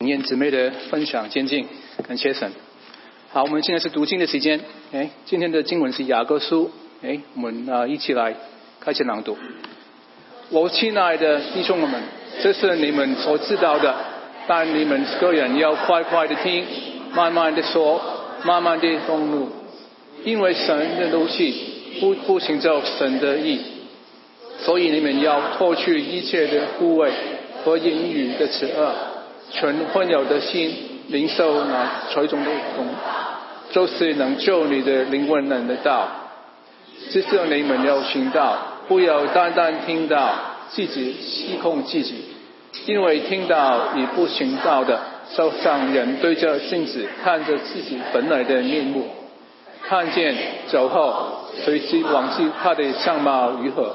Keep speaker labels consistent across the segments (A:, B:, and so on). A: 念姊妹的分享见证，感谢神。好，我们现在是读经的时间。哎，今天的经文是雅各书。哎，我们啊、呃一起来开始朗读。我亲爱的弟兄们，这是你们所知道的，但你们个人要快快的听，慢慢的说，慢慢的动怒，因为神的怒气不不行照神的意，所以你们要脱去一切的护卫和言语的邪恶，存温柔的心，领受那垂中的功，就是能救你的灵魂人的道。这是你们要行道，不要单单听到，自己失控自己，因为听到与不行道的，受伤人对着镜子看着自己本来的面目，看见走后，随之忘记他的相貌如何。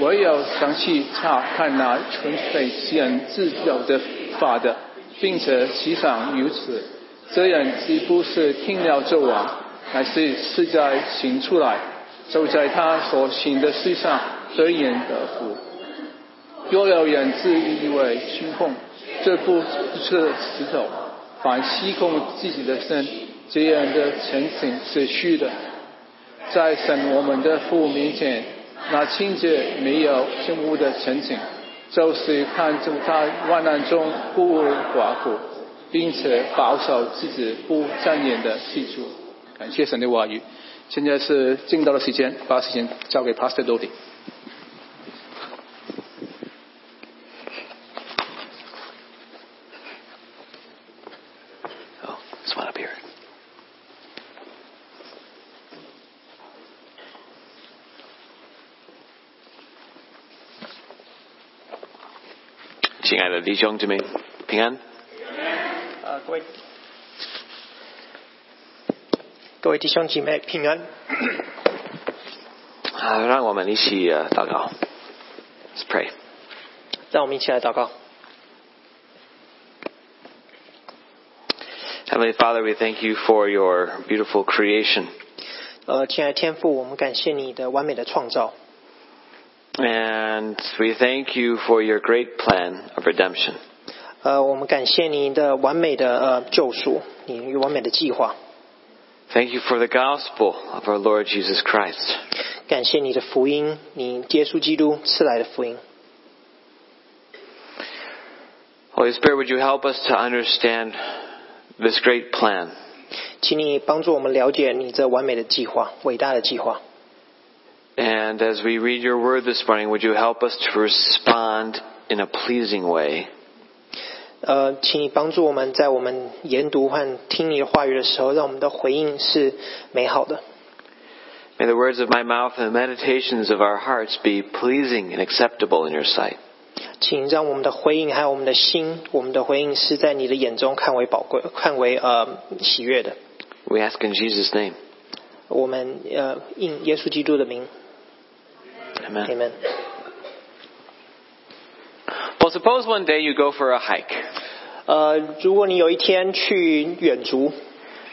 A: 唯有详细查看那纯粹使人自由的法的，并且其上如此，这样既不是听了就完，乃是是在行出来，就在他所行的事上得以得福。若有人自以为虚空，这不是石头，反虚空自己的身，这样的情形是虚的。在神我们的父面前，那清洁没有玷污的神情，就是看重他万难中孤儿寡妇，并且保守自己不沾染的系数。感谢神的话语。现在是进到的时间，把时间交给 Pastor Dodi。
B: Oh, this one up here. Xin ai là đi chung cho mình. Bình an.
C: 啊，各位各位弟兄姐妹平安。
B: À,让我们一起呃祷告。Let's pray.
C: 让我们一起来祷告。
B: Heavenly Father, we thank you for your beautiful creation.
C: 呃，亲爱的天父，我们感谢你的完美的创造，
B: And we thank you for your great plan of redemption.
C: 呃，我们感谢你的完美的呃救赎，你完美的计划，
B: Thank you for the gospel of our Lord Jesus Christ.
C: 感谢你的福音，你耶稣基督赐来的福音。
B: Holy Spirit, would you help us to understand this great plan?
C: 请你帮助我们了解你这完美的计划，伟大的计划。
B: And as we read your word this morning, would you help us to respond in a pleasing way
C: 呃，请你帮助我们在我们研读和听你的话语的时候，让我们的回应是美好的。
B: May the words of my mouth and the meditations of our hearts be pleasing and acceptable in your sight.
C: 请让我们的回应还有我们的心，我们的回应是在你的眼中看为宝贵、看为呃喜悦的。
B: We ask in Jesus' name.
C: 我们呃应耶稣基督的名
B: Amen.
C: ，Amen。
B: Well, suppose one day you go for a hike.
C: 呃，如果你有一天去远足，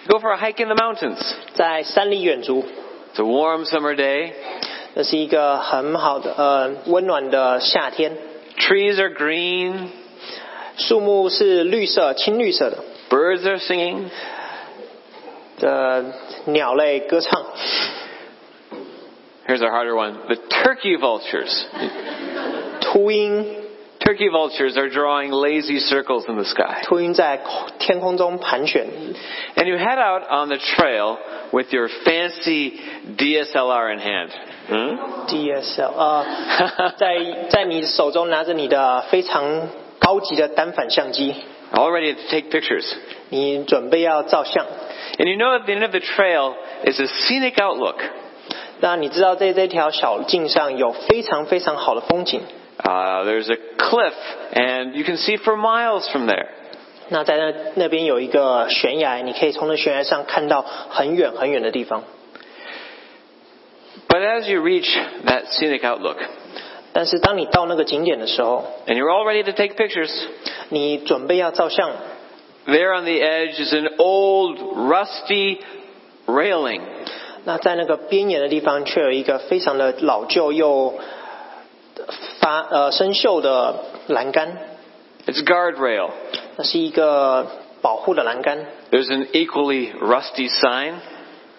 B: Go for a hike in the mountains.
C: 在山里远足，
B: It's a warm summer day.
C: 那是一个很好的呃温暖的夏天，
B: Trees are green.
C: 树木是绿色、青绿色的，
B: Birds are singing.
C: 呃，鸟类歌唱。
B: Here's a harder one. The turkey vultures.
C: 秃鹰，
B: Turkey vultures are drawing lazy circles in the sky.
C: 秃鹰在天空中盘旋，
B: And you head out on the trail with your fancy DSLR in hand. Hmm?
C: DSL 呃，在 在你手中拿着你的非常高级的单反相机，
B: All ready to take pictures.
C: 你准备要照相。
B: And you know at the end of the trail is a scenic outlook.
C: 那你知道在这条小径上有非常非常好的风景。
B: Uh, there's a cliff, and you can see for miles from there.
C: 那在那那边有一个悬崖，你可以从那悬崖上看到很远很远的地方。
B: But as you reach that scenic outlook,
C: 但是当你到那个景点的时候，
B: and you're all ready to take pictures,
C: 你准备要照相，
B: there on the edge is an old, rusty railing.
C: 那在那个边沿的地方却有一个非常的老旧又发呃生锈的栏杆，
B: It's guardrail.
C: 那是一个保护的栏杆，
B: There's an equally rusty sign.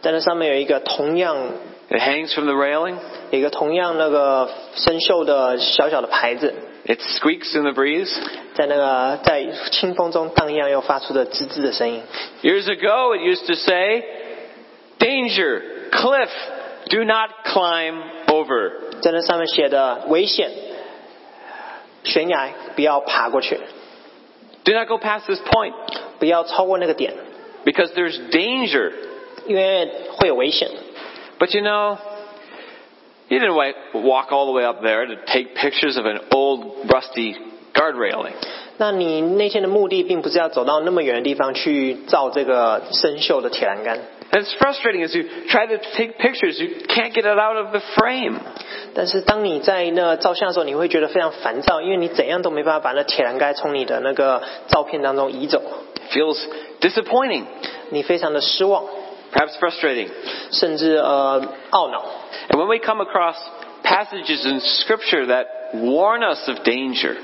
C: 但是上面有一个同样
B: It hangs from the railing.
C: 有一个同样那个生锈的小小的牌子，
B: It squeaks in the breeze.
C: 在那个在清风中荡漾，又发出着吱吱的声音。
B: Years ago, it used to say, Danger, cliff, do not climb over.
C: 在那上面写的危险，悬崖不要爬过去，
B: Do not go past this point
C: 不要超过那个点，
B: because there's danger.
C: 因为会有危险。
B: But you know, you didn't wa- walk all the way up there to take pictures of an old rusty guard railing.
C: 那你那天的目的并不是要走到那么远的地方去造这个生锈的铁栏杆，
B: And it's frustrating as you try to take pictures, you can't get it out of the frame.
C: 但是当你在那照相的时候，你会觉得非常烦躁，因为你怎样都没办法把那铁栏杆从你的那个照片当中移走，
B: It feels disappointing,
C: 你非常的失望，
B: perhaps frustrating.
C: 甚至呃懊恼。
B: And when we come across passages in Scripture that warn us of danger,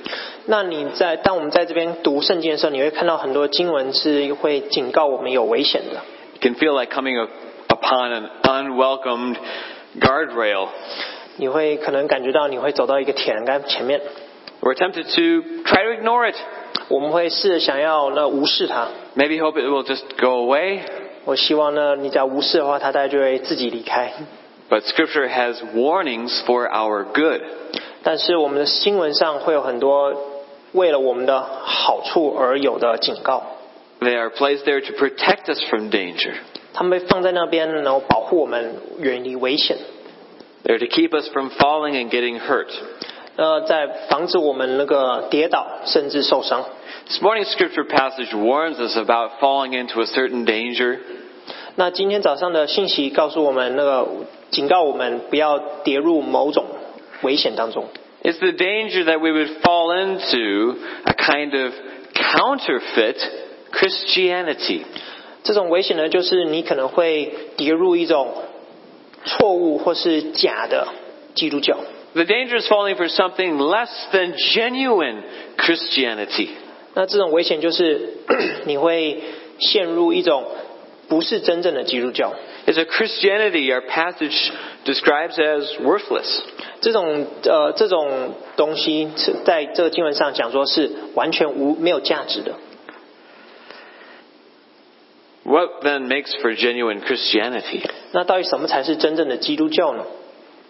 C: 那你在当我们在这边读圣经的时候，你会看到很多经文是会警告我们有危险的。
B: it can feel like coming a- upon an unwelcomed guardrail.
C: 你会可能感觉到你会走到一个铁栏杆前面，
B: We're tempted to try to ignore it,
C: 我们会试着想要呢无视它。
B: maybe hope it will just go away.
C: 我希望呢，你只要无视的话，它大概就会自己离开。
B: But Scripture has warnings for our good.
C: 但是我们的新闻上会有很多为了我们的好处而有的警告，
B: They are placed there to protect us from danger.
C: 他们被放在那边，然后保护我们远离危险，
B: They're to keep us from falling and getting hurt.
C: 呃，在防止我们那个跌倒甚至受伤。
B: This morning's scripture passage warns us about falling into a certain danger.
C: 那今天早上的信息告诉我们，那个警告我们不要跌入某种危险当中。
B: It's the danger that we would fall into a kind of counterfeit Christianity.
C: 这种危险呢，就是你可能会跌入一种错误或是假的基督教。
B: The danger is falling for something less than genuine Christianity.
C: 那这种危险就是 你会陷入一种不是真正的基督教。
B: It's a Christianity our passage describes as worthless.
C: 这种呃这种东西是在这个经文上讲说是完全无没有价值的。
B: What then makes for genuine Christianity?
C: 那到底什么才是真正的基督教呢？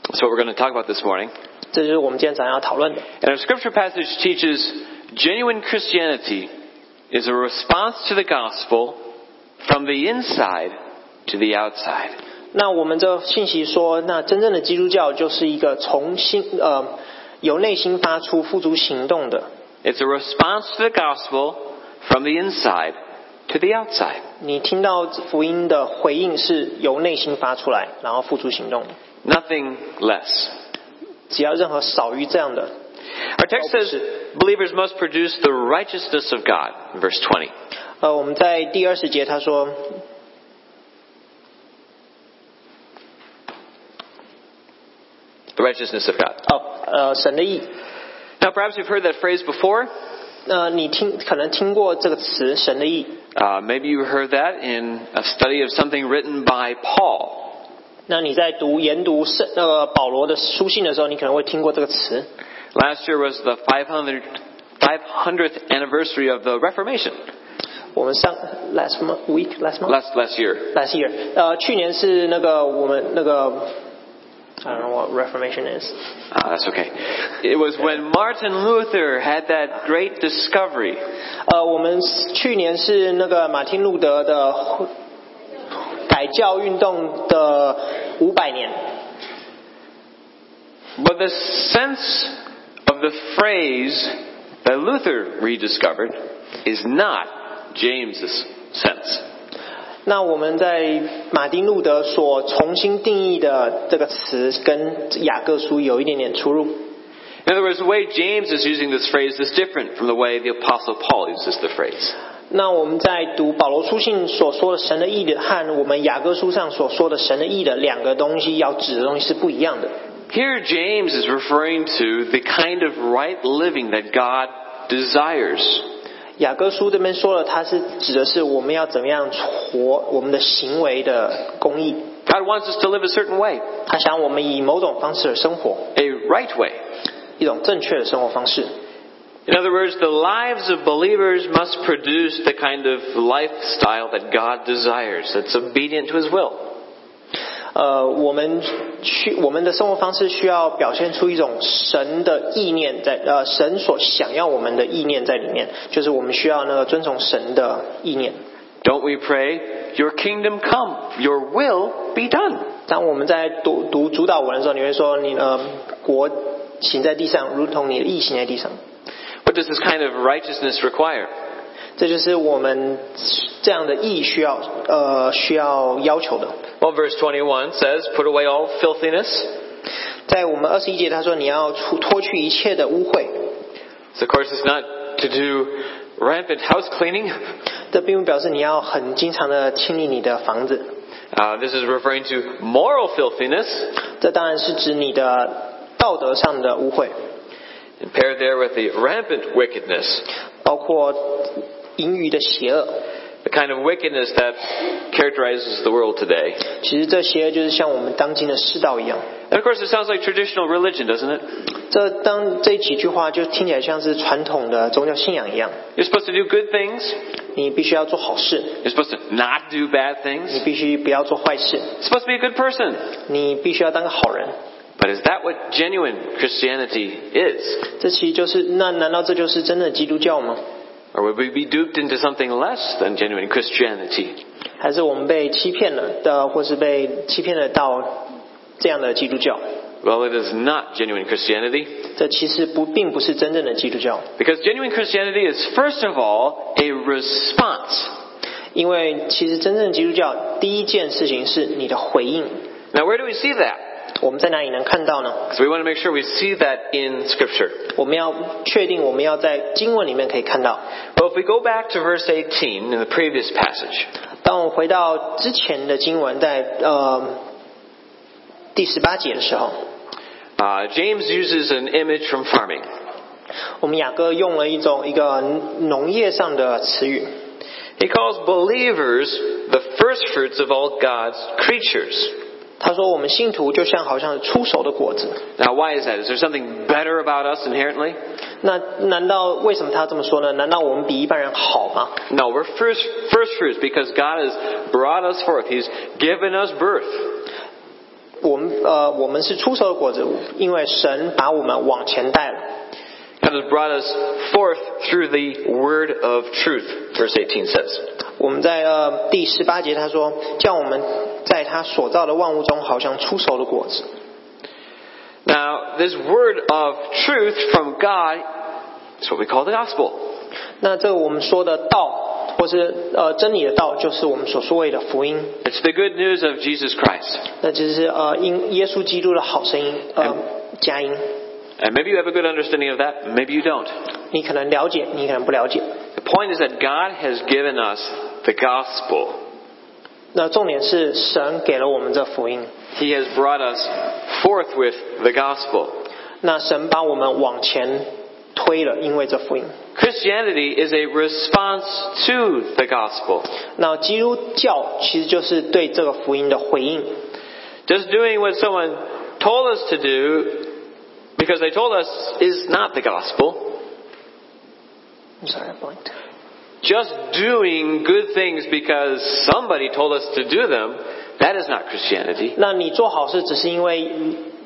B: That's what we're going to talk about this morning.
C: 这就是我们今天早上要讨论的。
B: And our scripture passage teaches genuine Christianity is a response to the gospel from the inside to the outside.
C: 那我们这信息说，那真正的基督教就是一个从心呃由内心发出付诸行动的。
B: It's a response to the gospel from the inside to the outside.
C: 你听到福音的回应是由内心发出来，然后付诸行动的。
B: Nothing less.
C: 只要任何少于这样的，
B: Our text says believers must produce the righteousness of God, in verse 20.
C: 呃，我们在第二十节他说，哦
B: The righteousness of God.
C: 哦，呃，神的义。
B: Now, perhaps you've heard that phrase before.
C: 那、你听可能听过这个词“神的义
B: Uh, maybe you heard that in a study of something written by Paul. ”，
C: 那你在读研读圣那个、保罗的书信的时候，你可能会听过这个词。
B: Last year was the 500, 500th anniversary of the Reformation.
C: 我们上 last month week last month
B: Last last year.
C: last year，呃，去年是那个我们那个，I don't know what Reformation is。
B: Ah, that's okay. It was when Martin Luther had that great discovery.
C: 呃，我们去年是那个马丁路德的改教运动的五百年。
B: But the sense of the phrase that Luther rediscovered is not James's sense.
C: 那我们在马丁路德所重新定义的这个词，跟雅各书有一点点出入。
B: In other words, the way James is using this phrase is different from the way the Apostle Paul uses the phrase.
C: 那我们在读保罗书信所说的神的义的和我们雅各书上所说的神的义的两个东西要指的东西是不一样的。
B: Here, James is referring to the kind of right living that God desires.
C: 雅各书这边说了，它是指的是我们要怎么样活我们的行为的公义。
B: God wants us to live a certain way,
C: 他想我们以某种方式而生活，
B: a right way.
C: 一种正确的生活方式。
B: In other words, the lives of believers must produce the kind of lifestyle that God desires, that's obedient to His will.
C: 呃，我们需我们的生活方式需要表现出一种神的意念在，呃，神所想要我们的意念在里面，就是我们需要那个遵从神的意念。
B: Don't we pray, Your kingdom come, Your will be done?
C: 当我们在读读主导文的时候，你会说你呃国行在地上，如同你的意行在地上。
B: What does this kind of righteousness require?
C: 这就是我们这样的意需要呃需要要求的。
B: Well, verse 21 says, Put away all filthiness.
C: 在我们二十一节，他说你要除脱去一切的污秽，
B: So, of course, it's not to do rampant house cleaning.
C: 这并不表示你要很经常的清理你的房子，
B: Uh, this is referring to moral filthiness,
C: 这当然是指你的道德上的污秽，
B: and paired there with the rampant wickedness,
C: 包括盈余的邪恶。
B: the kind of wickedness that characterizes the world today.
C: 其实这邪恶就是像我们当今的世道一样。
B: And of course, it sounds like traditional religion, doesn't it?
C: 这当这几句话就听起来像是传统的宗教信仰一样，
B: You're supposed to do good things.
C: 你必须要做好事，
B: You're supposed to not do bad things.
C: 你必须不要做坏事，
B: You're supposed to be a good person.
C: 你必须要当个好人。
B: But is that what genuine Christianity is?
C: 这其实就是那难道这就是真的基督教吗？
B: Or would we be duped into something less than genuine Christianity?
C: 还是我们被欺骗了的，或是被欺骗了到这样的基督教？
B: Well, it is not genuine Christianity.
C: 这其实不并不是真正的基督教，
B: Because genuine Christianity is, first of all, a response.
C: 因为其实真正基督教第一件事情是你的回应。
B: Now, where do we see that?
C: 我们在哪里能看到呢？
B: Because we want to make sure we see that in Scripture.
C: 我们要确定，我们要在经文里面可以看到。
B: Well, if we go back to verse 18 in the previous passage,
C: 当我们回到之前的经文，在呃第十八节的时候，
B: uh, James uses an image from farming.
C: 我们雅各用了一种一个农业上的词语，
B: He calls believers the first fruits of all God's creatures.
C: 他说我们信徒就像好像是出手的果子。
B: Now, why is that? Is there something better about us inherently?
C: 那难道为什么他这么说呢？难道我们比一般人好吗？
B: No, we're first, first fruits because God has brought us forth. He's given us birth.
C: 我们呃，我们是出手的果子，因为神把我们往前带了。
B: God has brought us forth through the word of truth, verse 18 says.
C: 我们在呃第十八节他说，叫我们在他所造的万物中，好像出手的果子。
B: Now, this word of truth from God is what we call the gospel.
C: 那这个我们说的道，或是呃真理的道，就是我们所所谓的福音。
B: It's the good news of Jesus Christ.
C: 那就是呃因耶稣基督的好声音，呃佳音。
B: And maybe you have a good understanding of that, maybe you don't.
C: 你可能了解，你可能不了解。
B: The point is that God has given us the gospel.
C: 那重点是神给了我们这福音，
B: He has brought us forth with the gospel.
C: 那神把我们往前推了，因为这福音。
B: Christianity is a response to the gospel.
C: 那基督教其实就是对这个福音的回应。
B: Just doing what someone told us to do because they told us is not the gospel.
C: I'm sorry, I blanked.
B: Just doing good things because somebody told us to do them, that is not Christianity.
C: 那你做好事只是因为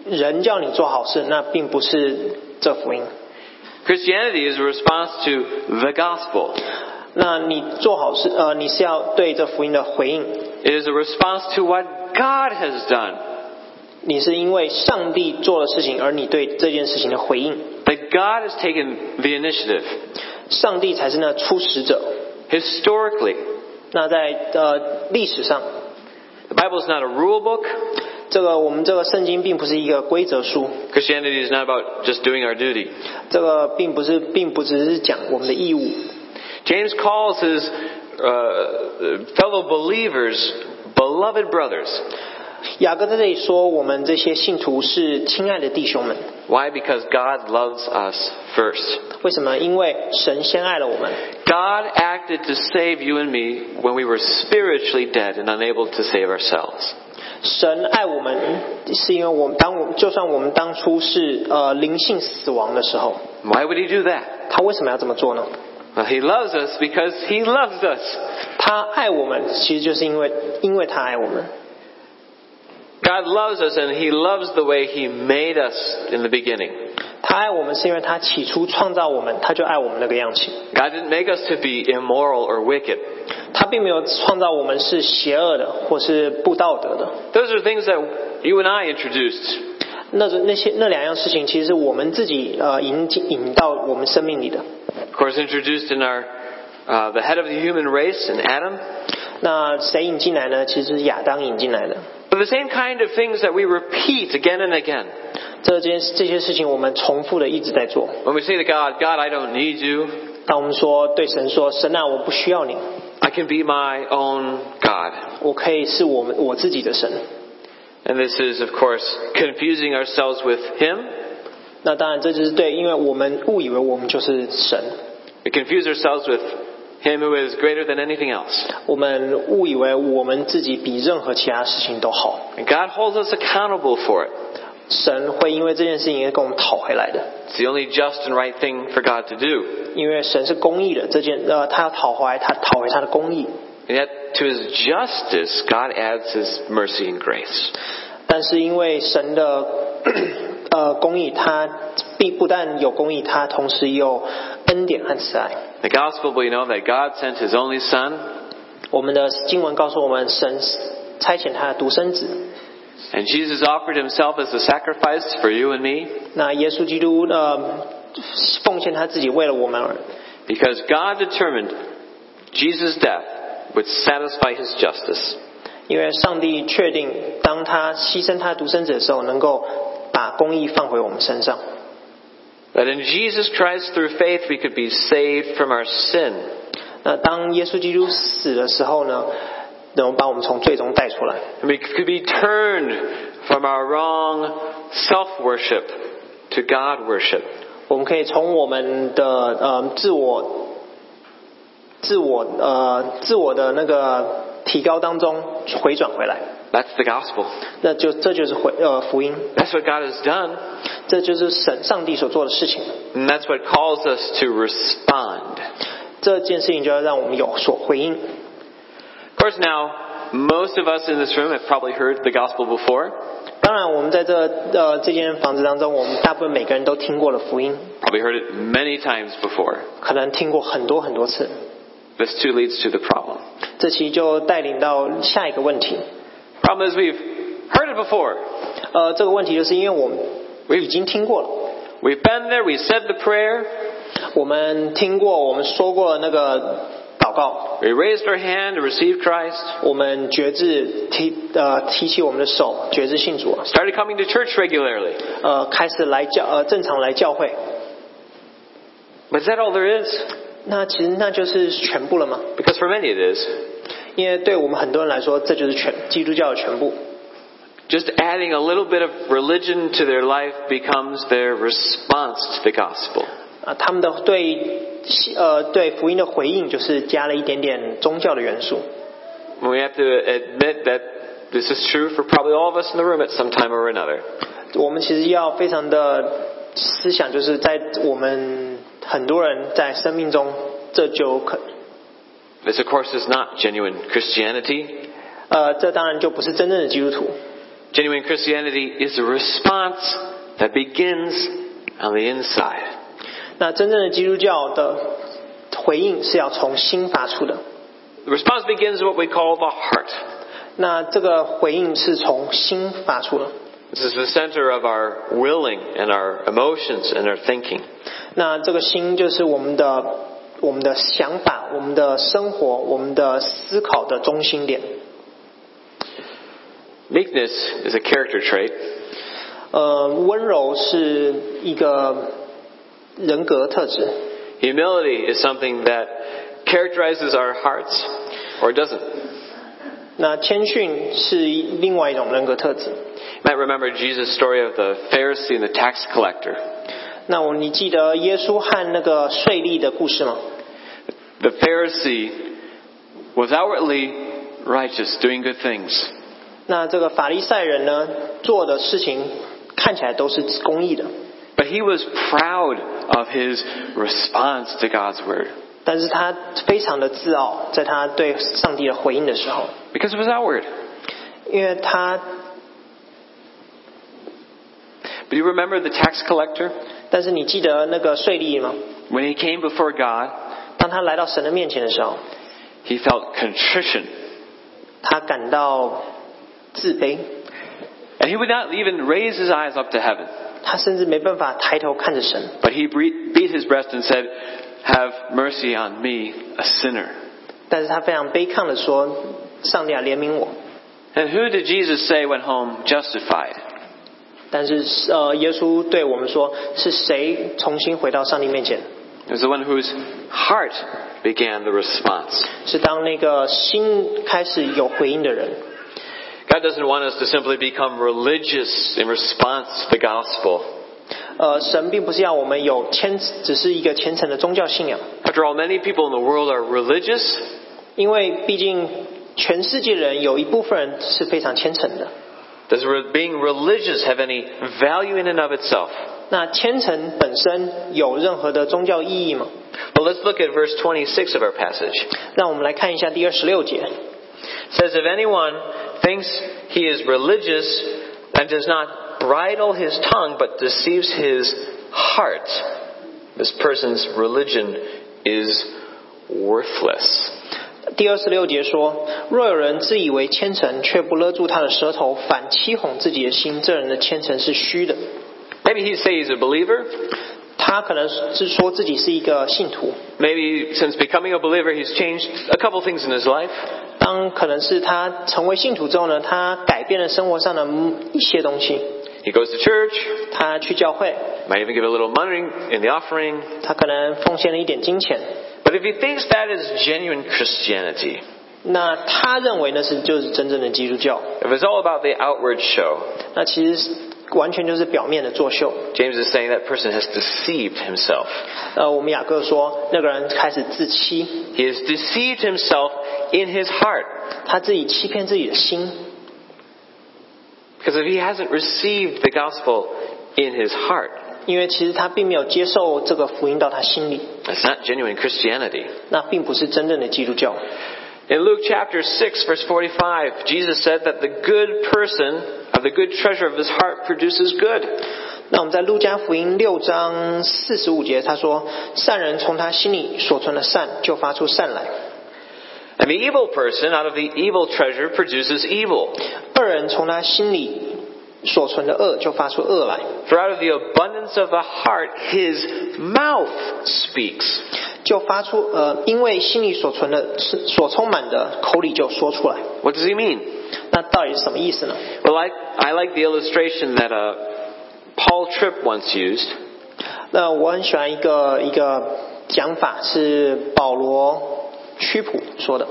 C: 人叫你做好事，那并不是这福音。
B: Christianity is a response to the gospel.
C: 那你做好事，呃，你是要对这福音的回应，
B: It is a response to what God has done.
C: 你是因为上帝做的事情而你对这件事情的回应。
B: That God has taken the initiative.
C: 上帝才是那初始者。
B: Historically,
C: 那在呃历史上，
B: the Bible is not a rule book.
C: 这个我们这个圣经并不是一个规则书，
B: Christianity is not about just doing our duty.
C: 这个并不是，并不只是讲我们的义务。
B: James calls his uh, fellow believers beloved brothers.
C: 雅各在这里说，我们这些信徒是亲爱的弟兄们。
B: Why? Because God loves us first.
C: 为什么？因为神先爱了我们。
B: God acted to save you and me when we were spiritually dead and unable to save ourselves.
C: 神爱我们，是因为我们当我就算我们当初是呃灵性死亡的时候，
B: Why would He do that?
C: 他为什么要这么做呢？
B: Well, He loves us because He loves us.
C: 他爱我们，其实就是因为因为他爱我们。
B: God loves us and He loves the way He made us in the beginning.
C: 他爱我们是因为他起初创造我们，他就爱我们那个样型。
B: God didn't make us to be immoral or wicked.
C: 他并没有创造我们是邪恶的或是不道德的。
B: Those are things that you and I introduced.
C: 那种那些那两样事情，其实是我们自己呃引进引到我们生命里的。
B: Of course, introduced in our, uh, the head of the human race in Adam.
C: 那谁引进来呢？其实是亚当引进来的。
B: But the same kind of things that we repeat again and again.
C: 这件这些事情我们重复的一直在做。
B: When we say to God, God, I don't need you.
C: 当我们说对神说：“神啊，我不需要你，
B: I can be my own God.
C: 我可以是我们我自己的神。
B: And this is, of course, confusing ourselves with Him. ”
C: 那当然，这就是对，因为我们误以为我们就是神，
B: We confuse ourselves with Him who is greater than anything else.
C: 我们误以为我们自己比任何其他事情都好。
B: And God holds us accountable for it.
C: 神会因为这件事情跟我们讨回来的，
B: It's the only just and right thing for God to do.
C: 因为神是公义的。这件呃，他要讨回来，他讨回他的公义。
B: And yet, to His justice, God adds His mercy and grace.
C: 但是因为神的 呃公义，他并不但有公义，他同时也有恩典和慈爱。
B: The gospel, we know that God sent His only Son,
C: 我们的经文告诉我们，神差遣他的独生子。
B: and Jesus offered Himself as a sacrifice for you and me,
C: 那耶稣基督呃奉献他自己，为了我们而
B: because God determined Jesus' death would satisfy His justice.
C: 因为上帝确定，当他牺牲他的独生子的时候，能够把公义放回我们身上。
B: That in Jesus Christ, through faith, we could be saved from our sin.
C: 那当耶稣基督死的时候呢，能够把我们从最终带出来，
B: And we could be turned from our wrong self worship to God worship.
C: 我们可以从我们的呃自我、自我呃自我的那个提高当中回转回来。
B: That's the gospel.
C: 那就这就是回呃福音，
B: That's what God has done.
C: 这就是神上帝所做的事情。
B: And that's what calls us to respond.
C: 这件事情就要让我们有所回应。
B: Of course, now, most of us in this room have probably heard the gospel before,
C: 当然，我们在这呃这间房子当中，我们大部分每个人都听过了福音，
B: probably heard it many times before.
C: 可能听过很多很多次。
B: This too leads to the problem.
C: 这其实就带领到下一个问题，
B: Problem is, we've heard it before.
C: 呃，这个问题就是因为我们
B: We've-
C: 已经听过了，
B: We've been there, we said the prayer,
C: 我们听过，我们说过那个祷告，
B: we raised our hand to receive Christ,
C: 我们觉知提呃提起我们的手，觉知信主，啊
B: started coming to church regularly.
C: 呃，开始来教呃正常来教会，
B: But is that all there is?
C: 那其实那就是全部了吗？
B: Because for many it is.
C: 因为对我们很多人来说，这就是全基督教的全部。
B: Just adding a little bit of religion to their life becomes their response to the gospel.
C: 啊，他们的对呃对福音的回应就是加了一点点宗教的元素。
B: And we have to admit that this is true for probably all of us in the room at some time or another.
C: 我们其实要非常的思想，就是在我们很多人在生命中，这就可
B: This, of course, is not genuine Christianity.
C: 呃，这当然就不是真正的基督徒。
B: Genuine Christianity is a response that begins on the inside.
C: 那真正的基督教的回应是要从心发出的。
B: The response begins in what we call the heart.
C: 那这个回应是从心发出的。
B: This is the center of our willing and our emotions and our thinking.
C: 那这个心就是我们的我们的想法、我们的生活、我们的思考的中心点。
B: Meekness is a character trait.
C: 呃，温柔是一个人格特质，
B: Humility is something that characterizes our hearts or doesn't.
C: 那谦逊是另外一种人格特质。
B: You might remember Jesus' story of the Pharisee and the tax collector.
C: 那我你记得耶稣和那个税吏的故事吗？
B: The Pharisee was outwardly righteous, doing good things.
C: 那这个法利赛人呢，做的事情看起来都是公义的，
B: But he was proud of his response to God's word
C: 但是他非常的自傲，在他对上帝的回应的时候，
B: because it was outward.
C: 因为他，
B: But you remember the tax collector
C: 但是你记得那个税吏吗？
B: when he came before God,
C: 当他来到神的面前的时候，
B: he felt contrition,
C: 他感到自卑，
B: and he would not even raise his eyes up to heaven.
C: 他甚至没办法抬头看着神，
B: But he bre- beat his breast and said, "Have mercy on me, a sinner."
C: 但是他非常悲抗的说：“上帝啊，怜悯我。
B: And who did Jesus say went home justified?" ”
C: 但是呃，耶稣对我们说：“是谁重新回到上帝面前？
B: It was the one whose heart began the response.
C: 是当那个心开始有回应的人。
B: God doesn't want us to simply become religious in response to the gospel.
C: 呃，神并不是要我们有虔，只是一个虔诚的宗教信仰，
B: After all, many people in the world are religious,
C: 因为毕竟全世界人有一部分人是非常虔诚的。
B: Does re- being religious have any value in and of itself?
C: 那虔诚本身有任何的宗教意义吗？
B: But let's look at verse 26 of our passage.
C: 让我们来看一下第二十六节。
B: It says, If anyone thinks he is religious and does not bridle his tongue but deceives his heart, this person's religion is worthless.
C: 第二十六节说：“若有人自以为虔诚，却不勒住他的舌头，反欺哄自己的心，这人的虔诚是虚的。
B: Maybe he'd say he's a believer.
C: 他可能是说自己是一个信徒，
B: Maybe since becoming a believer, he's changed a couple things in his life.
C: 当可能是他成为信徒之后呢，他改变了生活上的一些东西，
B: He goes to church,
C: 他去教会，
B: might even give a little money in the offering.
C: 他可能奉献了一点金钱。
B: But if he thinks that is genuine Christianity,
C: 那他认为那是就是真正的基督教，
B: if it's all about the outward show,
C: 那其实完全就是表面的作秀。
B: James is saying that person has deceived himself.
C: 呃，我们雅各说那个人开始自欺，
B: He has deceived himself in his heart
C: 他自己欺骗自己的心，
B: because if he hasn't received the gospel in his heart,
C: 因为其实他并没有接受这个福音到他心里，
B: that's not genuine Christianity.
C: 那并不是真正的基督教。
B: In Luke chapter 6 verse 45, Jesus said that the good person of the good treasure of his heart produces good.
C: 那我们在路加福音六章四十五节，他说：“善人从他心里所存的善，就发出善来；
B: And the evil person out of the evil treasure produces evil.
C: 恶人从他心里所存的恶，就发出恶来。
B: For out of the abundance of the heart, his mouth speaks. ”
C: 就发出呃，因为心里所存的、所充满的，口里就说出来。
B: What does he mean?
C: 那到底是什么意思呢？
B: Well, I, I like the illustration that uh, Paul Tripp once used.
C: 那我很喜欢一个一个讲法，是保罗屈普说的。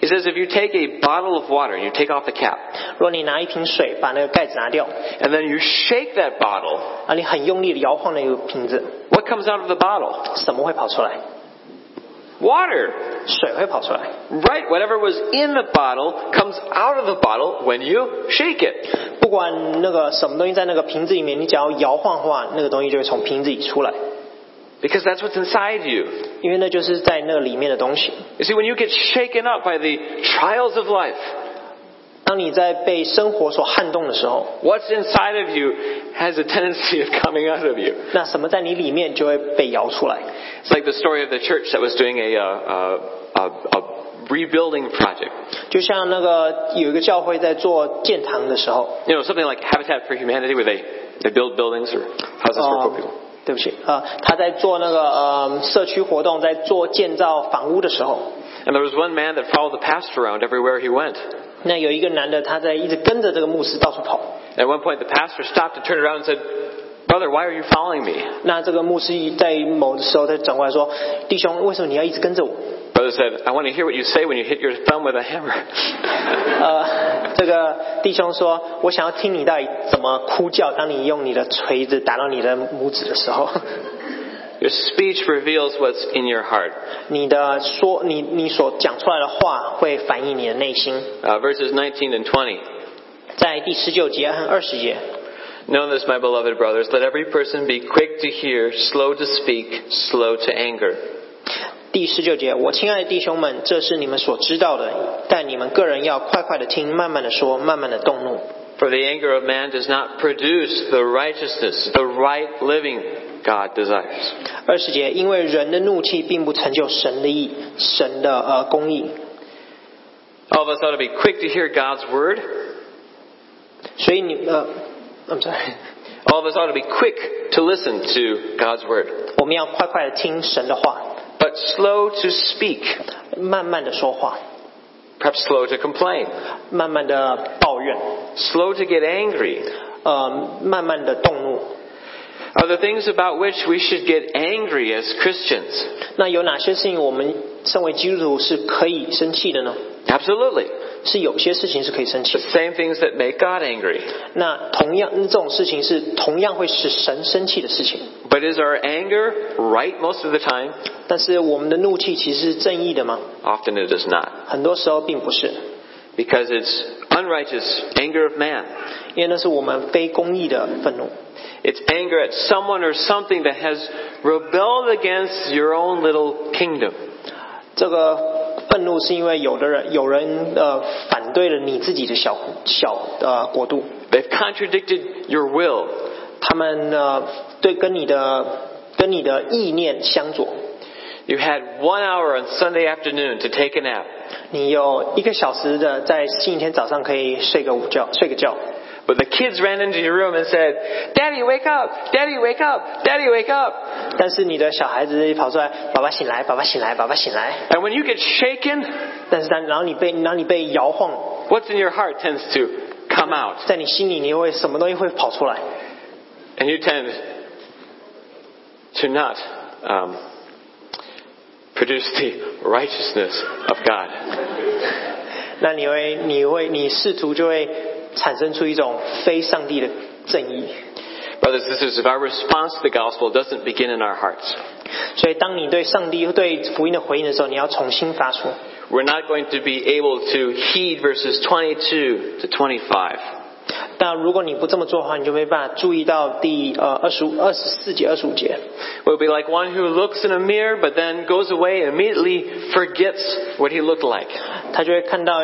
B: He says if you take a bottle of water and you take off the cap,
C: 如果你拿一瓶水把那个盖子拿掉，
B: and then you shake that bottle,
C: 啊，你很用力的摇晃那个瓶子，
B: what comes out of the bottle?
C: 什么会跑出来？
B: Water!
C: 水会跑出来。
B: Right, whatever was in the bottle comes out of the bottle when you shake it.
C: 不管那个什么东西在那个瓶子里面，你只要摇晃的话，那个东西就会从瓶子里出来，
B: Because that's what's inside you.
C: 因为那就是在那里面的东西。
B: You see, when you get shaken up by the trials of life,
C: 当你在被生活所撼动的时候，
B: What's inside of you has a tendency of coming out of you.
C: 那什么在你里面就会被摇出来。
B: It's like the story of the church that was doing a, uh, uh, a, a rebuilding project.
C: 就像那个有一个教会在做建堂的时候，
B: You know, something like Habitat for Humanity where they, they build buildings or houses for poor
C: 呃
B: people.
C: 对不起，呃，他在做那个呃社区活动，在做建造房屋的时候，
B: And there was one man that followed the pastor around everywhere he went.
C: 那有一个男的，他在一直跟着这个牧师到处跑。
B: At one point, the pastor stopped and turned around and said, Brother, why are you following me?
C: 那这个牧师在某的时候，他转过来说：“弟兄，为什么你要一直跟着我
B: And Brother said, I want to hear what you say when you hit your thumb with a hammer.
C: 呃，这个弟兄说，我想要听你到底怎么哭叫，当你用你的锤子打到你的拇指的时候，
B: your speech reveals what's in your heart.
C: 你的说你你所讲出来的话会反映你的内心。
B: Uh, verses 19 and 20.
C: 在第十九节和二十节，
B: Know this, my beloved brothers, let every person be quick to hear, slow to speak, slow to anger.
C: 第十九节，我亲爱的弟兄们，这是你们所知道的，但你们个人要快快的听，慢慢的说，慢慢的动怒，
B: For the anger of man does not produce the righteousness, the right living God desires.
C: 二十节，因为人的怒气并不成就神的意，神的呃公义，
B: All of us ought to be quick to hear God's word.
C: 所以你呃，I'm sorry，
B: All of us ought to be quick to listen to God's word,
C: 我们要快快的听神的话，
B: but slow to speak,
C: 慢慢的说话，
B: perhaps slow to complain,
C: 慢慢的抱怨，
B: slow to get angry.
C: 呃，慢慢的动怒。
B: Are the things about which we should get angry as Christians?
C: 那有哪些事情我们身为基督徒是可以生气的呢？
B: Absolutely.
C: 是有些事情是可以生气
B: The
C: 的。
B: same things that make God angry.
C: 那同样，这种事情是同样会使神生气的事情。
B: But is our anger right most of the time?
C: 但是我们的怒气其实是正义的吗？
B: Often it is not,
C: 很多时候并不是，
B: because it's unrighteous anger of man.
C: 因为那是我们非公义的愤怒，
B: It's anger at someone or something that has rebelled against your own little kingdom.
C: 这个愤怒是因为有的人有人呃反对了你自己的小小呃国度，
B: They've contradicted your will.
C: 他们呃对跟你的跟你的意念相左。
B: You had one hour on Sunday afternoon to take a nap,
C: 你有一个小时的在星期天早上可以睡个午觉，睡个觉。
B: but the kids ran into your room and said, Daddy, wake up! Daddy, wake up! Daddy, wake up!
C: 但是你的小孩子跑出来，爸爸醒来，爸爸醒来，爸爸醒来。
B: And when you get shaken,
C: 但是当然后你被然后你被摇晃，
B: what's in your heart tends to come out.
C: 在你心里你会什么东西会跑出来？
B: And you tend to not um, produce the righteousness of God.
C: 那你会你会你试图就会产生出一种非上帝的正义。
B: Brothers and sisters, if our response to the gospel doesn't begin in our hearts,
C: 所以当你对上帝对福音的回应的时候，你要重新发出。
B: we're not going to be able to heed verses 22 to 25.
C: 那如果你不这么做的话，你就没办法注意到第呃二十五、二十四节、二十五节。
B: We'll be like one who looks in a mirror but then goes away and immediately forgets what he looked like.
C: 他就会看到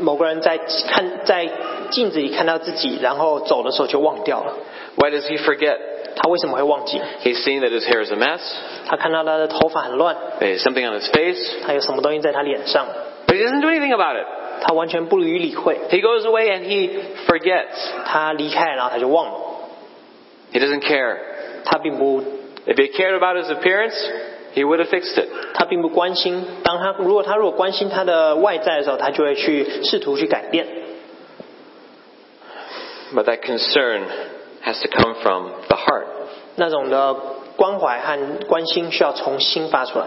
C: 某个人在看在镜子里看到自己，然后走的时候就忘掉了。
B: Why does he forget?
C: 他为什么会忘记？
B: He's seen that his hair is a mess,
C: 他看到他的头发很乱，
B: there's something on his face,
C: 他有什么东西在他脸上，
B: but he doesn't do anything about it.
C: 他完全不予理会。
B: He goes away and he forgets.
C: 他离开，然后他就忘了，
B: He doesn't care.
C: 他并不，
B: If he cared about his appearance, he would have fixed it.
C: 他并不关心。当他如果他如果关心他的外在的时候，他就会去试图去改变。
B: But that concern has to come from the heart.
C: 那种的关怀和关心需要从心发出来。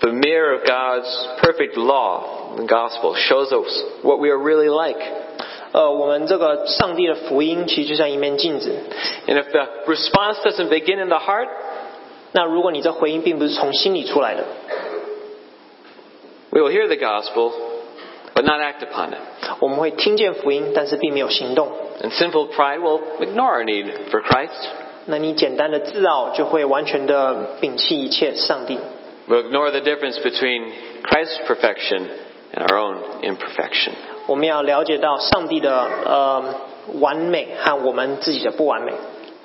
B: The mirror of God's perfect law and gospel shows us what we are really like.
C: 呃，我们这个上帝的福音其实就像一面镜子。
B: And if the response doesn't begin in the heart,
C: 那如果你这回应并不是从心里出来的，
B: we will hear the gospel, but not act upon it.
C: 我们会听见福音，但是并没有行动。
B: And sinful pride will ignore our need for Christ.
C: 那你简单的自傲就会完全的摒弃一切上帝，
B: We'll ignore the difference between Christ's perfection and our own imperfection.
C: 我们要了解到上帝的呃完美和我们自己的不完美。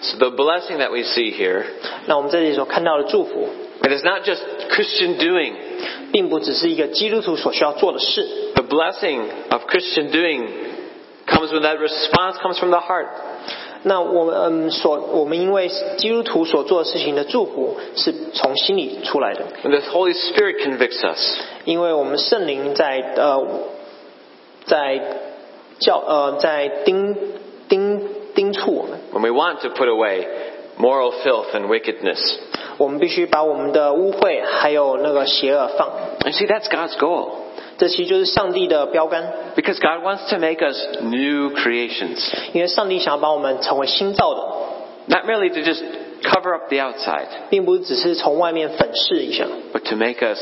B: So the blessing that we see here
C: 那我们这里所看到的祝福，
B: It is not just Christian doing.
C: 并不只是一个基督徒所需要做的事。
B: The blessing of Christian doing comes when that response comes from the heart.
C: 那我们嗯所我们因为基督徒所做的事情的祝福是从心里出来的，
B: When the Holy Spirit convicts us.
C: 因为我们圣灵在呃在教呃在叮叮叮嘱我们，
B: When we want to put away moral filth and wickedness.
C: 我我们必须把我们的污秽还有那个邪恶放。
B: And see, that's God's goal.
C: 这其实就是上帝的标杆，
B: Because God wants to make us new creations.
C: 因为上帝想要把我们成为新造的，
B: Not merely to just cover up the outside,
C: 并不是只是从外面粉饰一下，
B: but to make us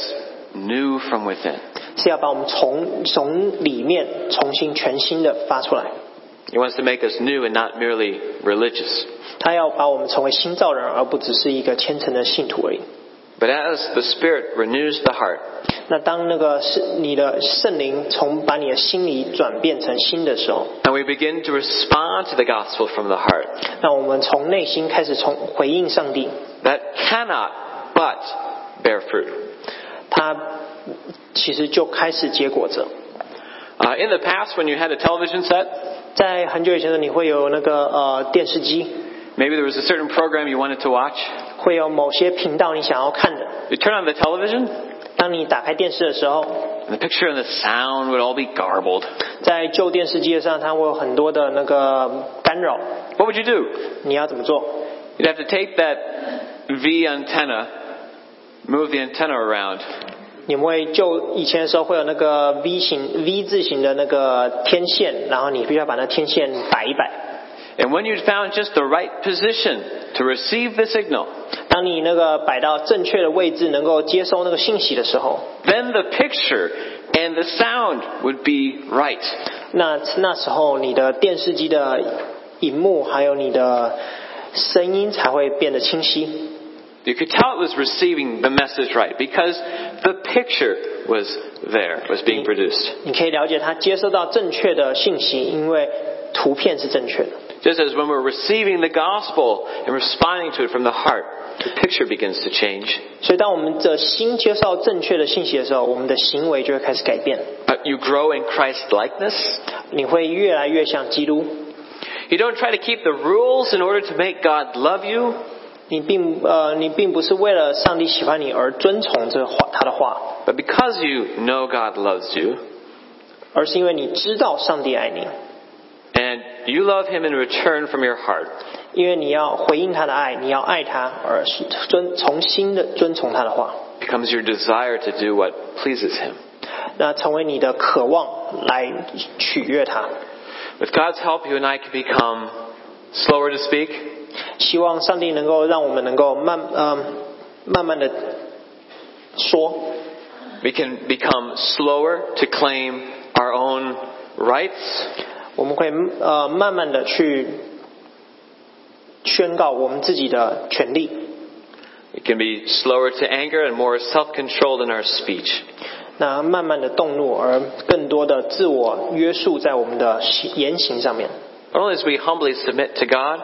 B: new from within.
C: 是要把我们从从里面重新全新的发出来。
B: He wants to make us new and not merely religious.
C: 他要把我们成为新造人，而不只是一个虔诚的信徒而已。
B: But as the Spirit renews the heart,
C: 那当那个是你的圣灵从把你的心里转变成新的时候，
B: and we begin to respond to the gospel from the heart,
C: 那我们从内心开始从回应上帝，
B: that cannot but bear fruit.
C: 他其实就开始结果子。
B: Uh, in the past, when you had a television set,
C: 在很久以前的时候你会有那个呃电视机，
B: maybe there was a certain program you wanted to watch.
C: 会有某些频道你想要看的。
B: You turn on the television,
C: 当你打开电视的时候，
B: and the picture and the sound would all be garbled.
C: 在旧电视机上，它会有很多的那个干扰，
B: What would you do?
C: 你要怎么做？
B: You'd have to take that V antenna, move the antenna around,
C: 你们会就以前的时候会有那个 V 型 V 字形的那个天线，然后你必须要把那天线摆一摆。
B: and when you'd found just the right position to receive the signal,
C: 当你那个摆到正确的位置，能够接收那个信息的时候，
B: then the picture and the sound would be right.
C: 那那时候你的电视机的荧幕还有你的声音才会变得清晰。
B: You could tell it was receiving the message right because the picture was there, was being produced.
C: 你可以了解它接收到正确的信息，因为图片是正确的。
B: Just as when we're receiving the gospel and responding to it from the heart, the picture begins to change.
C: 所以，当我们的心接受到正确的信息的时候，我们的行为就会开始改变。
B: Uh, You grow in Christ likeness.
C: 你会越来越像基督。
B: You don't try to keep the rules in order to make God love you.
C: 你并呃，你并不是为了上帝喜欢你而遵从这话他的话，
B: But because you know God loves you,
C: 而是因为你知道上帝爱你，
B: and you love Him in return from your heart,
C: 因为你要回应他的爱，你要爱他，而是遵从心的遵从他的话，
B: it becomes your desire to do what pleases Him.
C: 那成为你的渴望来取悦他。
B: With God's help, you and I can become slower to speak,
C: 希望上帝能够让我们能够慢嗯、慢慢的说，
B: we can become slower to claim our own rights,
C: 我们会呃慢慢的去宣告我们自己的权利。
B: we can be slower to anger and more self controlled in our speech.
C: 那慢慢的动怒，而更多的自我约束在我们的行言行上面。
B: Not only as we humbly submit to God,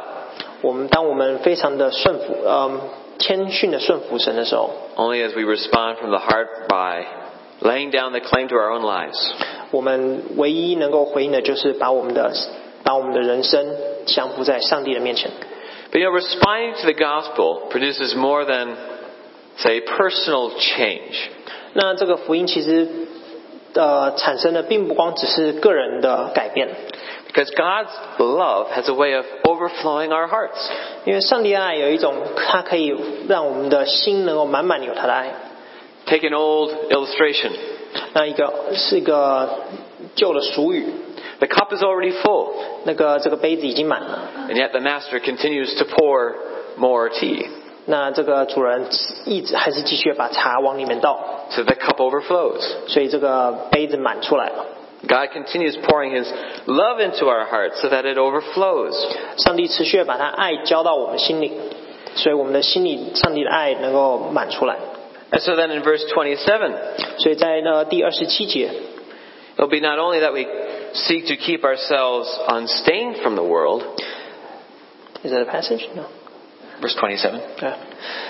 C: 我们当我们非常的顺服，嗯，谦逊的顺服神的时候，
B: only as we respond from the heart by laying down the claim to our own lives.
C: 我们唯一能够回应的就是把我们的把我们的人生降服在上帝的面前。
B: But you know, responding to the gospel produces more than, say, personal change.
C: 那这个福音其实，呃，产生的并不光只是个人的改变，
B: Because God's love has a way of overflowing our hearts.
C: 因为上帝的爱有一种，它可以让我们的心能够满满地有他的爱。
B: Take an old illustration.
C: 那一个是一个旧的俗语，
B: The cup is already full,
C: 那个这个杯子已经满了，
B: and yet the master continues to pour more tea.
C: 那这个主人一直还是继续把茶往里面倒，
B: So the cup overflows.
C: 所以这个杯子满出来了。
B: God continues pouring his love into our hearts so that it overflows.
C: 上帝持续地把他爱浇到我们心里，所以我们的心里上帝的爱能够满出来。
B: And so then in verse 27,
C: 所以在那第二十七节，
B: it'll be not only that we seek to keep ourselves unstained from the world,
C: is that a passage? No.
B: verse 27,
C: 对，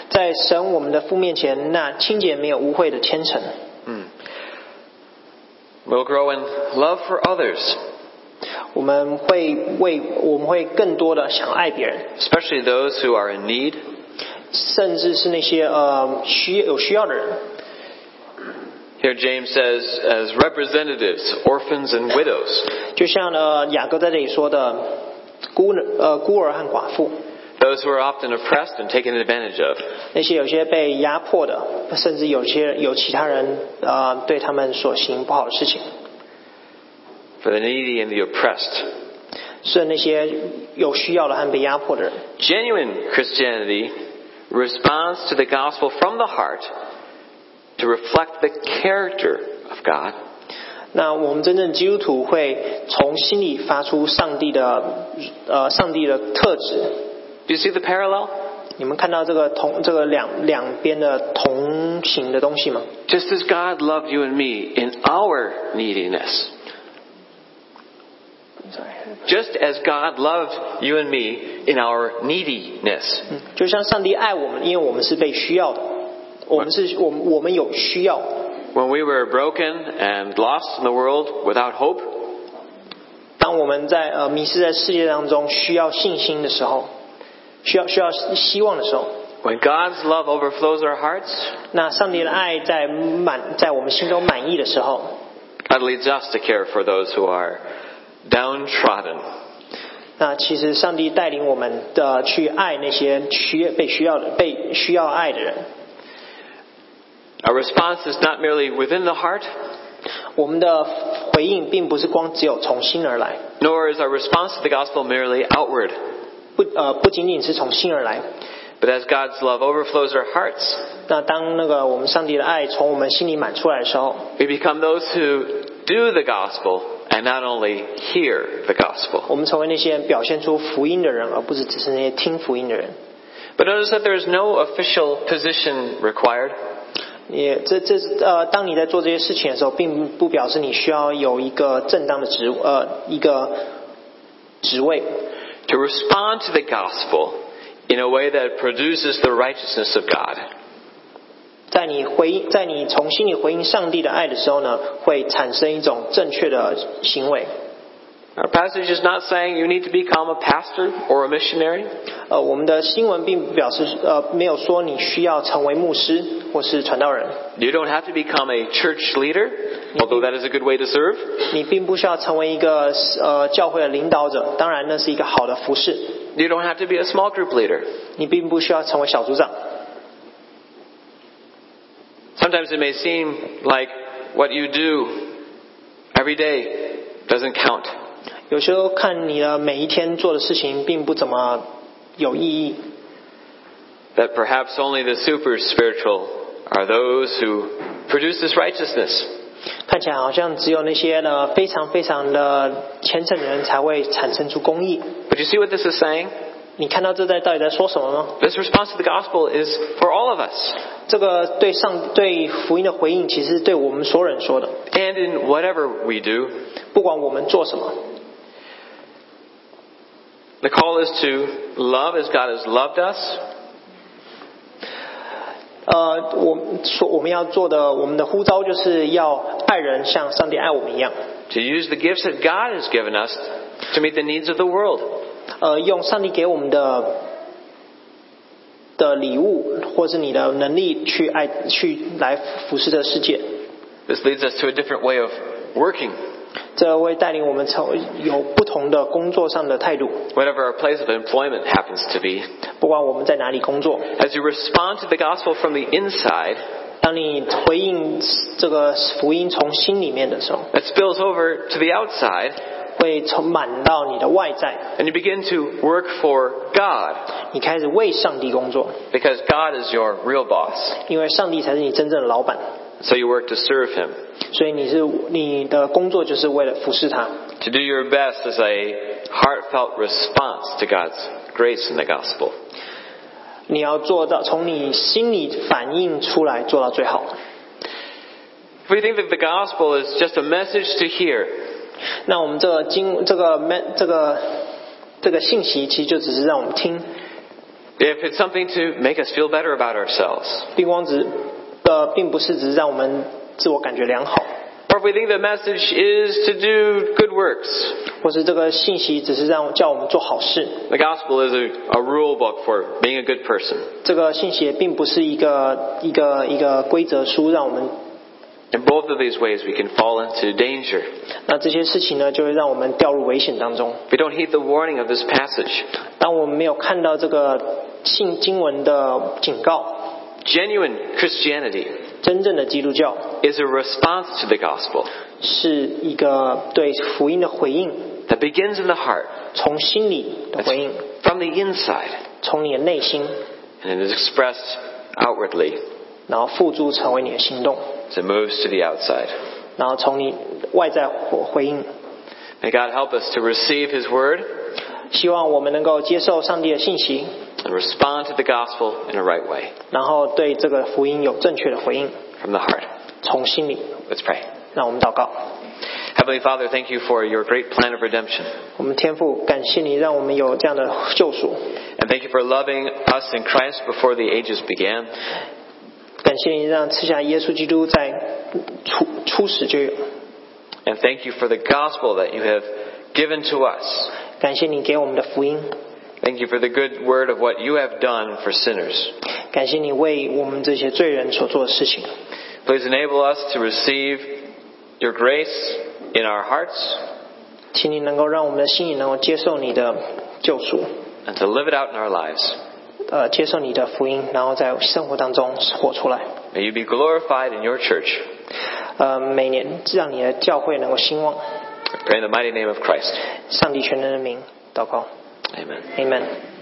C: 在神我们的父面前，那清洁没有污秽的虔诚，
B: We'll grow in love for others,
C: 我们会为我们会更多的想爱别人，
B: especially those who are in need.
C: 甚至是那些呃需有需要的人。
B: Here James says, as representatives, orphans and widows.
C: 呃就像呢雅各在这里说的，孤儿呃孤儿和寡妇，
B: those who are often oppressed and taken advantage of.
C: 那些有些被压迫的，甚至有些有其他人啊、呃对他们所行不好的事情，
B: For the needy and the oppressed.
C: 是那些有需要的和被压迫的人。
B: Genuine Christianity responds to the gospel from the heart to reflect the character of God
C: 那我们真正基督徒会从心里发出上帝的呃上帝的特质。
B: Do you see the parallel?
C: 你们看到这个同这个两两边的同行的东西吗？
B: Just as God loved you and me in our neediness. Just as God loved you and me in our neediness.
C: 嗯就像上帝爱我们，因为我们是被需要的，我们是我们我们有需要。
B: When we were broken and lost in the world without hope,
C: 当我们在呃迷失在世界当中，需要信心的时候，需要需要希望的时候，
B: when God's love overflows our hearts,
C: 那上帝的爱在满在我们心中满意的时候，
B: God leads us to care for those who are downtrodden.
C: 那其实上帝带领我们的去爱那些需被需要的被需要爱的人。
B: Our response is not merely within the heart,
C: 我们的回应并不是光只有从心而来，
B: nor is our response to the gospel merely outward.
C: 不呃不仅仅是从心而来。
B: But as God's love overflows our hearts,
C: 那当那个我们上帝的爱从我们心里满出来的时候，
B: we become those who do the gospel and not only hear the gospel.
C: 我们成为那些表现出福音的人，而不是只是那些听福音的人。
B: But notice that there is no official position required.
C: 也这这呃，当你在做这些事情的时候，并不表示你需要有一个正当的职务呃一个职位。
B: To respond to the gospel in a way that produces the righteousness of God
C: 在你回应，在你从心里回应上帝的爱的时候呢，会产生一种正确的行为。
B: Our passage is not saying you need to become a pastor or a missionary.
C: 呃，我们的新闻并不表示呃没有说你需要成为牧师或是传道人，
B: You don't have to become a church leader, although that is a good way to serve.
C: 你并不需要成为一个呃教会的领导者，当然那是一个好的服饰。
B: You don't have to be a small group leader.
C: 你并不需要成为小组长。
B: Sometimes it may seem like what you do every day doesn't count.
C: 有时候看你的每一天做的事情并不怎么有意义，
B: That perhaps only the super spiritual are those who produce this righteousness.
C: 看起来好像只有那些呢非常非常的虔诚的人才会产生出公义。
B: But you see what this is saying?
C: 你看到这在到底在说什么吗？
B: This response to the gospel is for all of us
C: 这个对上对福音的回应，其实对我们所有人说的，
B: and in whatever we do.
C: 不管我们做什么，
B: The call is to love as God has loved us,
C: 呃，我所我们要做的，我们的呼召就是要爱人，像上帝爱我们一样，
B: to use the gifts that God has given us to meet the needs of the world.
C: 呃，用上帝给我们的的礼物，或是你的能力去爱去来服侍这世界，
B: This leads us to a different way of working,
C: 这会带领我们成为有不同的工作上的态度，
B: whatever our place of employment happens to be.
C: 不管我们在哪里工作，
B: As you respond to the gospel from the inside,
C: 当你回应这个福音从心里面的时候，
B: that spills over to the outside,
C: 会充满到你的外在，
B: and you begin to work for God
C: 你开始为上帝工作，
B: because God is your real boss.
C: 因为上帝才是你真正的老板，
B: So you work to serve Him,
C: 所以你是你的工作就是为了服侍他。
B: to do your best is a heartfelt response to God's grace in the gospel.
C: 你要做到从你心里反映出来，做到最好。
B: If we think that the gospel is just a message to hear,
C: 那我们这个经这个 me- 这个这个信息，其实就只是让我们听，
B: if it's something to make us feel better about ourselves,
C: 并光只呃，并不是只是让我们自我感觉良好，
B: Or if we think the message is to do good works,
C: 或是这个信息只是让叫我们做好事。
B: the gospel is a, a rule book for being a good person.
C: 这个信息也并不是一个一个一个规则书，让我们
B: In both of these ways, we can fall into danger.
C: 那这些事情呢，就会让我们掉入危险当中。
B: If we don't heed the warning of this passage,
C: 当我们没有看到这个信经文的警告，
B: genuine Christianity
C: 真正的基督教
B: is a response to the gospel
C: 是一个对福音的回应，
B: that begins in the heart,
C: 从心里的
B: that's
C: 回应，
B: from the inside,
C: 从你的内心，
B: and it is expressed outwardly
C: 然后付诸成为你的行动，
B: as it moves to the outside.
C: 然后从你外在回回应。
B: May God help us to receive His word
C: 希望我们能够接受上帝的信息，
B: and respond to the gospel in a right way
C: 然后对这个福音有正确的回应，
B: from the heart.
C: 从心里。
B: Let's pray.
C: 让我们祷告，
B: Heavenly Father, thank you for your great plan of redemption.
C: 我们天父，感谢你让我们有这样的救赎，
B: And thank you for loving us in Christ before the ages began.
C: 感谢你让赐下耶稣基督在初初始就有，
B: And thank you for the gospel that you have given to us.
C: 感谢你给我们的福音，
B: Thank you for the good word of what you have done for sinners.
C: 感谢你为我们这些罪人所做的事情，
B: Please enable us to receive your grace in our hearts
C: 请你能够让我们的心里能够接受你的救赎，
B: and to live it out in our lives.
C: 呃，接受你的福音，然后在生活当中活出来，
B: May you be glorified in your church.
C: 呃，每年让你的教会能够兴旺，
B: I pray in the mighty name of Christ.
C: 上帝全能的名祷告
B: Amen.
C: ，Amen。